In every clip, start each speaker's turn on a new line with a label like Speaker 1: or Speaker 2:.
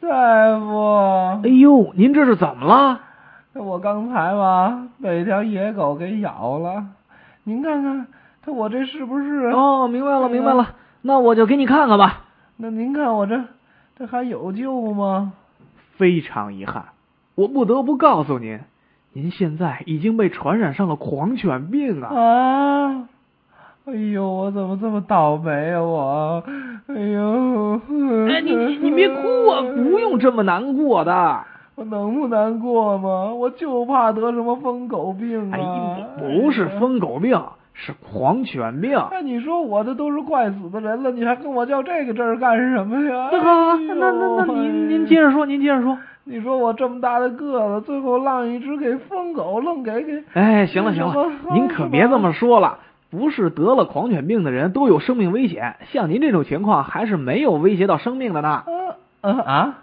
Speaker 1: 大夫
Speaker 2: 哎，呦，您这是怎么了？
Speaker 1: 哎我刚才吧被一条野狗给咬了，您看看，它我这是不是？
Speaker 2: 哦，明白了，明白
Speaker 1: 哎
Speaker 2: 了
Speaker 1: 呀。
Speaker 2: 那我就给你看看吧。
Speaker 1: 那您看我这这还有救吗？
Speaker 2: 非常遗憾，我不得不告诉您，您现在已经被传染上了狂犬病啊！
Speaker 1: 啊！哎呦，我怎么这么倒霉啊！我，哎呦！
Speaker 2: 哎，你你你别哭啊，不用这么难过的。
Speaker 1: 我能不难过吗？我就怕得什么疯狗病
Speaker 2: 哎
Speaker 1: 啊！，
Speaker 2: 不是
Speaker 1: 哎呀。
Speaker 2: 疯狗病，是狂犬病。
Speaker 1: 那你说我这都是快死的人了，你还跟我较这个真儿干什么呀？
Speaker 2: 那好，啊那那那您您接
Speaker 1: 着，
Speaker 2: 着说，您接着说。
Speaker 1: 你说我这么大的个子，最后让一只给疯狗愣给给，
Speaker 2: 哎，行了行
Speaker 1: 那
Speaker 2: 了
Speaker 1: 什，么
Speaker 2: 您可别这么说了。不是得了狂犬病的人都有生命危险，像您这种情况还是没有威胁到生命的呢。
Speaker 1: 啊啊啊！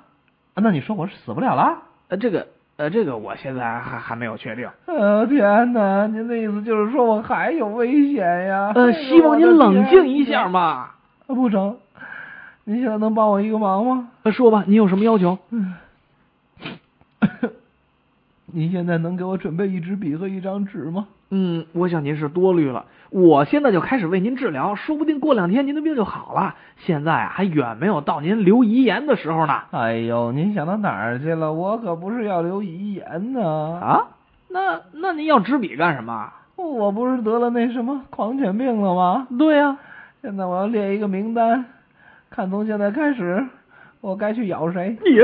Speaker 1: 那你说我是死不了了？
Speaker 2: 呃，这个呃，这个我现在还还没有确定。
Speaker 1: 呃，天哪！您的意思就是说我还有危险呀？哎
Speaker 2: 呃，希望您冷静一下
Speaker 1: 嘛。
Speaker 2: 嘛。
Speaker 1: 啊不成，您现在能帮我一个忙吗？
Speaker 2: 呃，说吧，您有什么要求？
Speaker 1: 嗯，您现在能给我准备一支笔和一张纸吗？
Speaker 2: 嗯，我想您是多虑了。我现在就开始为您治疗，说不定过两天您的病就好了。现在啊，还远没有到您留遗言的时候呢。
Speaker 1: 哎呦，您想到哪儿去了？我可不是要留遗言呢！
Speaker 2: 啊，那那您要纸笔干什么？啊
Speaker 1: 我不是得了那什么狂犬病了吗？
Speaker 2: 对啊呀、
Speaker 1: 现在我要列一个名单，看从现在开始我该去咬谁。
Speaker 2: 你